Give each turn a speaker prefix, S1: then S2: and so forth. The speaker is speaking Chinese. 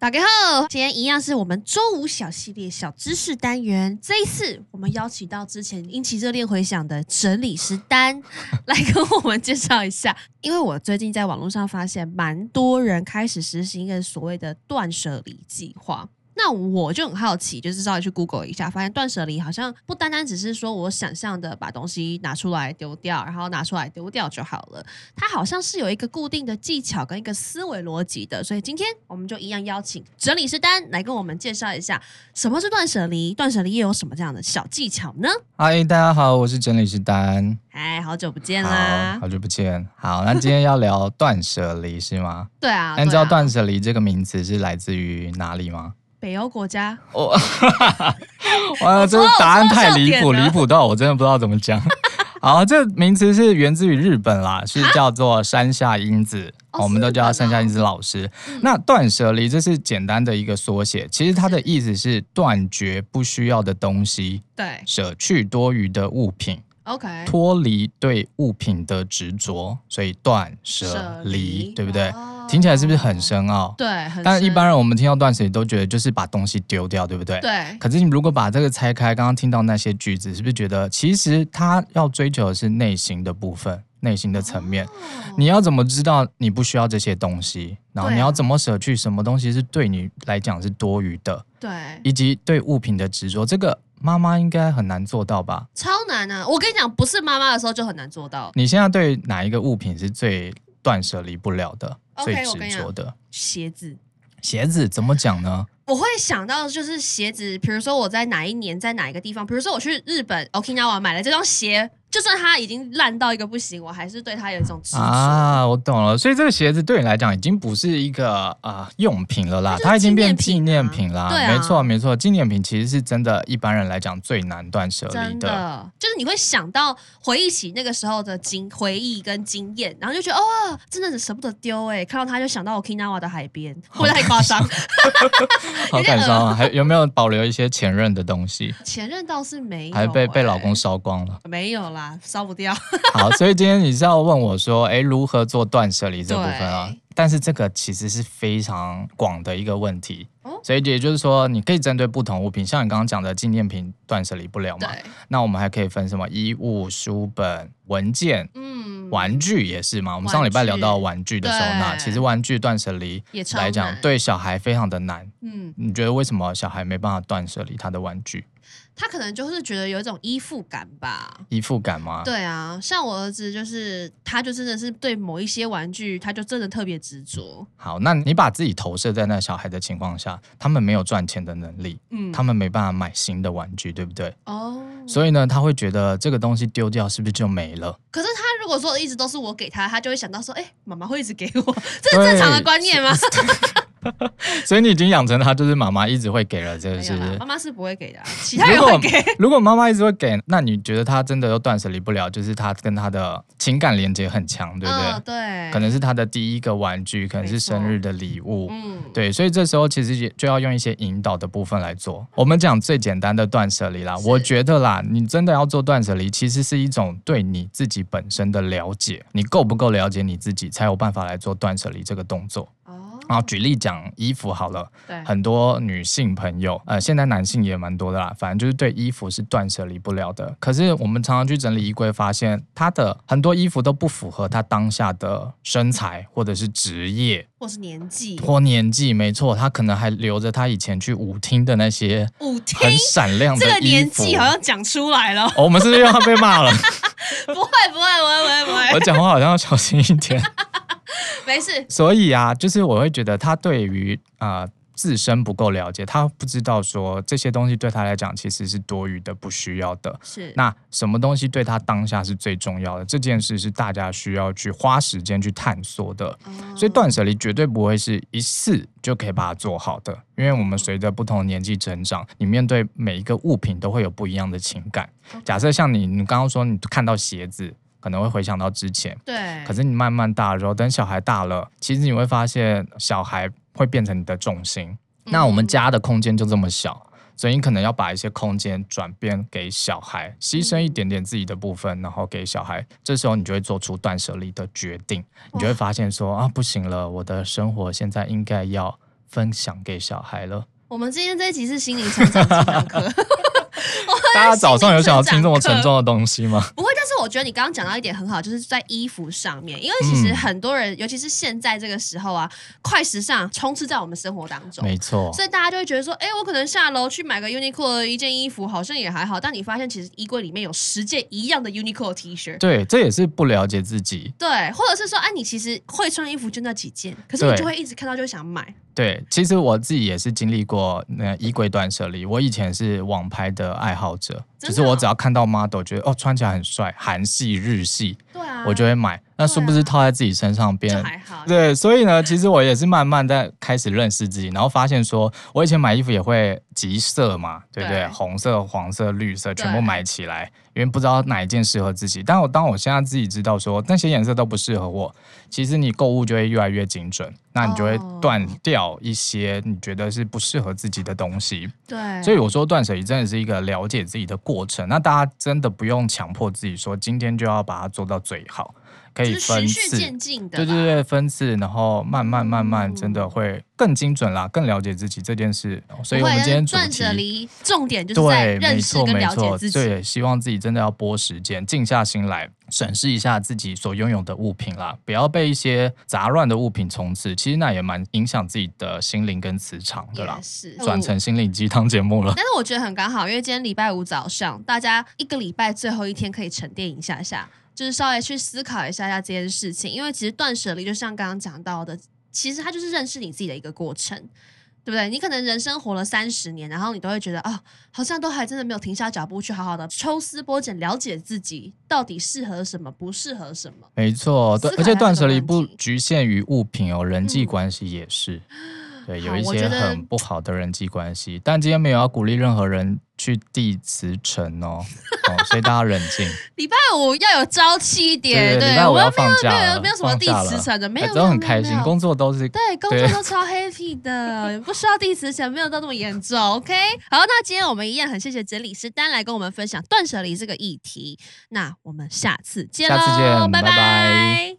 S1: 大家好，今天一样是我们周五小系列小知识单元。这一次我们邀请到之前引起热烈回响的整理师丹 来跟我们介绍一下，因为我最近在网络上发现，蛮多人开始实行一个所谓的断舍离计划。那我就很好奇，就是稍微去 Google 一下，发现断舍离好像不单单只是说我想象的把东西拿出来丢掉，然后拿出来丢掉就好了，它好像是有一个固定的技巧跟一个思维逻辑的。所以今天我们就一样邀请整理师丹来跟我们介绍一下什么是断舍离，断舍离又有什么这样的小技巧呢？
S2: 嗨，大家好，我是整理师丹。
S1: 哎，好久不见
S2: 好，
S1: 啦！
S2: 好久不见。好，那今天要聊断舍离是吗？
S1: 对啊，
S2: 那你知道
S1: 对啊
S2: 断舍离这个名词是来自于哪 里吗？
S1: 北欧国家
S2: 我，哇，这
S1: 我知道
S2: 答案
S1: 我知道
S2: 太
S1: 笑
S2: 离
S1: 点
S2: 谱，
S1: 了
S2: 离谱到我真的不知道怎么 讲。好，这个名词是源自于日本啦，是叫做山下英子，
S1: 哦
S2: 我们都叫她
S1: 是日本哦
S2: 山下英子老师。那断舍离这是简单的一个缩写，其实它的意思是断绝不需要的东西，
S1: 对
S2: 舍去多余的物品。
S1: ，OK，
S2: 脱离对物品的执着，所以断舍离，对不对？
S1: 哦
S2: 听起来是不是很？深奥？
S1: 对，很
S2: 但是一
S1: 深
S2: 般人我们听到断舍离都觉得就是把东西丢掉，对不对？
S1: 对
S2: 可是你如果把这个拆开，刚刚听到那些句子，是不是觉得其实他要追求的是内心的部分、内心的层面？
S1: 哦
S2: 你要怎么知道你不需要这些东西？然后
S1: 对啊
S2: 你要怎么舍去什么东西是对你来讲是多余的，
S1: 对
S2: 以及对物品的执着？这个妈妈应该很难做到吧？
S1: 超难啊！我跟你讲，不是妈妈的时候就很难做到。
S2: 你现在对哪一个物品是最断舍离不了的、
S1: OK，
S2: 最
S1: 我跟你
S2: 执
S1: 讲
S2: 着的？
S1: 鞋子，
S2: 鞋子怎么讲呢？
S1: 我会想到就是鞋子，比如说我在哪一年在哪一个地方，比如说我去日本 Okinawa 买了这双鞋，就算它已经烂到一个不行，我还是对它有一种执着。
S2: 啊，我懂了。所以这个鞋子对你来讲已经不是一个啊、呃用品了
S1: 它
S2: 啦，
S1: 就是
S2: 它已经变
S1: 纪
S2: 纪
S1: 念
S2: 念
S1: 品
S2: 品啦。
S1: 对啊
S2: 没错，没错，纪念品其实是真的，一般人来讲最难断舍离
S1: 真的，就是你会想到回忆起那个时候的经回忆跟经验，然后就觉得哦，真的是舍不得丢哎、看到它就想到 Okinawa 的海边，会不会太夸张？
S2: 好感伤啊！还 有没有保留一些前任的东西？
S1: 前任倒是没有、
S2: 还被被
S1: 欸
S2: 老公烧光了。
S1: 没有啦，烧不掉。
S2: 好，所以今天你是要问我说，哎，如何做断舍离这部分啊
S1: 对？
S2: 但是这个其实是非常广的一个问题
S1: 哦，
S2: 所以也就是说，你可以针对不同物品，像你刚刚讲的纪念品断舍离不了嘛，
S1: 对，
S2: 那我们还可以分什么衣物、书本、文件。
S1: 嗯，
S2: 玩具也是嘛，我们
S1: 玩
S2: 上礼拜聊
S1: 具
S2: 到玩具的收纳，
S1: 对
S2: 其实玩具断舍离
S1: 也超
S2: 来讲
S1: 难，
S2: 对小孩非常的难。
S1: 嗯，
S2: 你觉得为什么小孩没办法断舍离他的玩具
S1: 他可能就是觉得有一种依附感吧。
S2: 依附感吗？
S1: 对啊，像我儿子就是，他就真的是对某一些玩具，他就真的特别执着。
S2: 好，那你把自己投射在那小孩的情况下，他们没有赚钱的能力，
S1: 嗯，
S2: 他们没办法买新的玩具，对不对？
S1: 哦，
S2: 所以呢，他会觉得这个东西丢掉是不是就没了？
S1: 可是他如果说一直都是我给他，他就会想到说，哎、妈妈会一直给我，这是正常的观念吗？
S2: 所以你已经养成他就是妈妈一直会给了，这个
S1: 没
S2: 是
S1: 有
S2: 不
S1: 啦，
S2: 是
S1: 妈？妈是不会给的啊、其他人会给。
S2: 如果妈妈一直会给，那你觉得他真的又断舍离不了？就是他跟他的情感连接很强，对不对？
S1: 嗯，对，
S2: 可能是他的第一个玩具，可能
S1: 没
S2: 是
S1: 错
S2: 生日的礼物，
S1: 嗯，
S2: 对，所以这时候其实也就要用一些引导的部分来做。我们讲最简单的断舍离啦，
S1: 是
S2: 我觉得啦，你真的要做断舍离，其实是一种对你自己本身的了解，你够不够了解你自己，才有办法来做断舍离这个动作。
S1: 哦，
S2: 然后举例讲衣服好了，
S1: 对，
S2: 啊很多女性朋友，呃，现在男性也蛮多的啦，反正就是对衣服是断舍离不了的。可是我们常常去整理衣柜，发现她的很多衣服都不符合她当下的身材或者是职业。
S1: 或是年纪，
S2: 拖年纪，没错，他可能还留着他以前去舞厅的那些
S1: 舞厅
S2: 很闪亮的
S1: 这个
S2: 衣
S1: 年
S2: 服。
S1: 纪好像讲出来了，
S2: 哦，我们是不是又要被骂了？
S1: 不会，不会，不会，不会，不
S2: 我讲话好像要小心一点。
S1: 会，没事，
S2: 所以啊，就是我会觉得他对于啊、呃自身不够了解，他不知道说这些东西对他来讲其实是多余的、不需要的。
S1: 是，
S2: 那什么东西对他当下是最重要的？这件事是大家需要去花时间去探索的。
S1: 哦
S2: 所以断舍离绝对不会是一次就可以把它做好的，因为我们随着不同的年纪成长，你面对每一个物品都会有不一样的情感。假设像你，你刚刚说你看到鞋子，可能会回想到之前，
S1: 对，
S2: 可是你慢慢大了之后，等小孩大了，其实你会发现小孩会变成你的重心。
S1: 嗯
S2: 那我们家的空间就这么小。所以你可能要把一些空间转变给小孩，牺牲一点点自己的部分，然后给小孩。这时候你就会做出断舍离的决定，你就会发现说啊，不行了，我的生活现在应该要分享给小孩了。
S1: 我们今天这一集是心灵成长成长 课，
S2: 大
S1: 啊
S2: 家早上有想要听这么
S1: 成
S2: 沉
S1: 长
S2: 重的东西吗？
S1: 不会。但是我觉得你刚刚讲到一点很好，就是在衣服上面，因为其实
S2: 嗯
S1: 很多人，尤其是现在这个时候啊，快时尚充斥在我们生活当中。
S2: 没错，
S1: 所以大家就会觉得说，哎、我可能下楼去买个 Uniqlo 的一件衣服，好像也还好。但你发现其实衣柜里面有十件一样的 Uniqlo T 恤，
S2: 对，这也是不了解自己。
S1: 对，或者是说，哎、你其实会穿衣服就那几件，可是你
S2: 对
S1: 就会一直看到就想买。
S2: 对，其实我自己也是经历过那衣柜断舍离。我以前是网拍的爱好者，
S1: 真的哦
S2: 只是我只要看到 model 觉得哦穿起来很帅，韩系、日系，
S1: 对啊，
S2: 我就会买。那殊不知套在自己身上变
S1: 就还好。
S2: 对，所以呢，其实我也是慢慢在开始认识自己，然后发现说，我以前买衣服也会集色嘛，对不对？
S1: 对
S2: 红色、黄色、绿色全部
S1: 对
S2: 买起来，因为不知道哪一件适合自己。但我当我现在自己知道说那些颜色都不适合我，其实你购物就会越来越精准，那你就会
S1: 哦
S2: 断掉一些你觉得是不适合自己的东西。
S1: 对，
S2: 所以我说断舍离真的是一个了解自己的过程。那大家真的不用强迫自己说今天就要把它做到最好，可以
S1: 就是循
S2: 分
S1: 序
S2: 次。
S1: 渐进的。
S2: 对对。对，分次，然后慢慢慢慢，真的会更精准啦，更了解自己这件事。所以我们今天主
S1: 断舍
S2: 题。
S1: 离重点就是在
S2: 对，没
S1: 认识
S2: 错，
S1: 跟
S2: 没
S1: 了解
S2: 错，
S1: 自己。
S2: 对，希望自己真的要拨时间，静下心来审视一下自己所拥有的物品啦，不要被一些杂乱的物品充斥，其实那也蛮影响自己的心灵跟磁场的啦
S1: 也。是嗯
S2: 转成心灵鸡汤节目了，
S1: 但是我觉得很刚好，因为今天礼拜五早上，大家一个礼拜最后一天可以沉淀一下下，就是稍微去思考一下下这件事情。因为其实断舍离，就像刚刚讲到的，其实它就是认识你自己的一个过程，对不对？你可能人生活了三十年，然后你都会觉得哦，好像都还真的没有停下脚步去好好的抽丝剥茧，了解自己到底适合什么，不适合什么。
S2: 没错，对
S1: 思，考
S2: 而
S1: 一
S2: 且
S1: 下
S2: 断
S1: 这
S2: 舍
S1: 个
S2: 离
S1: 问
S2: 不
S1: 题
S2: 局限于物品哦，人际
S1: 嗯
S2: 关系也 是。对，有
S1: 好
S2: 一
S1: 我
S2: 些
S1: 觉得
S2: 很不好的人际关系，但今天没有要鼓励任何人去递辞呈哦，哦，所以大家冷 静。
S1: 礼拜五要有朝气一点，
S2: 对
S1: 对
S2: 礼拜
S1: 我
S2: 五
S1: 们
S2: 要放假
S1: 没有没
S2: 了，
S1: 有没有什么
S2: 放
S1: 地
S2: 假
S1: 磁
S2: 了
S1: 层的没
S2: 哎
S1: 有没
S2: 都
S1: 有
S2: 很
S1: 没有
S2: 开
S1: 没
S2: 心，
S1: 有
S2: 工作都是
S1: 对，工作
S2: 对
S1: 都超 happy 的， 不需要第十层，没有到那么严重。OK，好，那今天我们一样很谢谢整理师丹来跟我们分享断舍离这个议题。那我们下次见喽，
S2: 下次见拜
S1: 拜
S2: 拜